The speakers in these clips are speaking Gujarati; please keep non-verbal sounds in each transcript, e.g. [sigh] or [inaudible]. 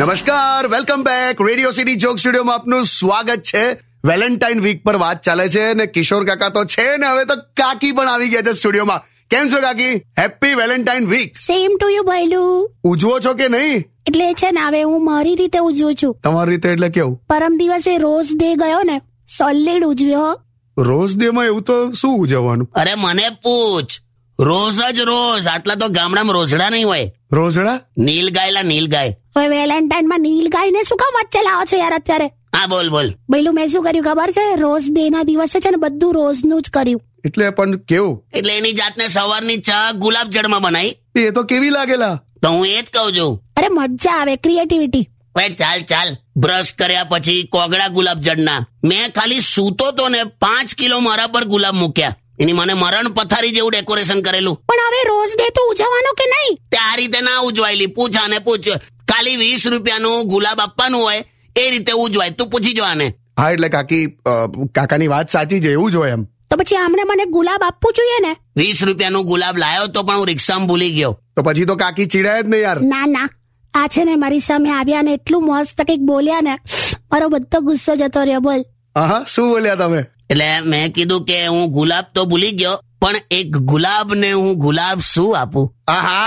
નમસ્કાર વેલકમ બેક રેડિયો સિટી જોક સ્ટુડિયોમાં આપનું સ્વાગત છે વેલેન્ટાઇન વીક પર વાત ચાલે છે ને કિશોર કાકા તો છે ને હવે તો કાકી પણ આવી ગયા છે સ્ટુડિયોમાં કેમ છો કાકી happy Valentine week same to you ભૈલું ઉજવો છો કે નહીં એટલે છે ને હવે હું મારી રીતે ઉજવું છું તમારી રીતે એટલે કેવું પરમ દિવસે રોઝ ડે ગયો ને સોલિડ ઉજવ્યો રોઝ ડે માં એવું તો શું ઉજવવાનું અરે મને પૂછ રોજ જ રોજ આટલા તો ગામડામાં રોજડા નહીં હોય રોઝડા નીલ ગાયલા નીલ ગાય હવે વેલેન્ટાઇન માં નીલ ગાયને શું કામ વચ્ચે લાવો છો યાર અત્યારે હા બોલ બોલ ભૈલું મેં શું કર્યું ખબર છે રોઝ ડે ના દિવસે છે ને બધું રોઝનું જ કર્યું એટલે પણ કેવું એટલે એની જાતને સવારની ચા ગુલાબ જળમાં બનાવી એ તો કેવી લાગેલા તો હું એ જ કહું છું અરે મજા આવે ક્રિએટિવિટી ઓય ચાલ ચાલ બ્રશ કર્યા પછી કોગળા ગુલાબ જળના મેં ખાલી સૂતો તો ને પાંચ કિલો મારા પર ગુલાબ મૂક્યા એની મને મરણ પથારી જેવું ડેકોરેશન કરેલું પણ હવે રોઝ ડે તો ઉજવવાનો કે નહીં તે આ રીતે ના ઉજવાય લી પૂછ આને પૂછ ખાલી વીસ રૂપિયાનું ગુલાબ આપવાનું હોય એ રીતે ઉજવાય તું પૂછી જો આને હા એટલે કાકી અ, કાકાની વાત સાચી છે એવું જ હોય એમ તો પછી આમને મને ગુલાબ આપવું જોઈએ ને વીસ રૂપિયાનું ગુલાબ લાયો તો પણ હું રિક્ષામાં ભૂલી ગયો તો પછી તો કાકી ચીડાય જ નહીં યાર ના ના આ છે ને મારી સામે આવ્યા ને એટલું મસ્ત કંઈક બોલ્યા ને મારો બધો ગુસ્સો જતો રહ્યો બોલ [laughs] હા શું બોલ્યા તમે એટલે મેં કીધું કે હું ગુલાબ તો ભૂલી ગયો પણ એક ગુલાબને હું ગુલાબ શું આપું આહા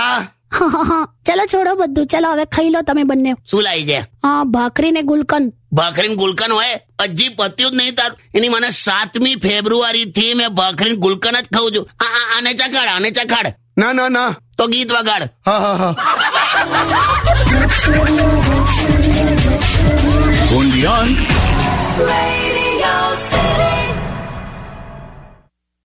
હા હા હા ચલો છોડો બધું ચલો હવે ખાઈ લો તમે બંને શું લાવી છે હા ભાખરી ને ગુલકંદ ભાખરીન ગુલકન હોય હજી પત્યું જ નહીં તારું એની મને સાતમી ફેબ્રુઆરી થી મેં ભાખરીન ગુલકન જ ખાઉં છું આ આ- આને ચખાડ આને ચખાડ ના ના ના તો ગીત વગાડ હા હા હા Radio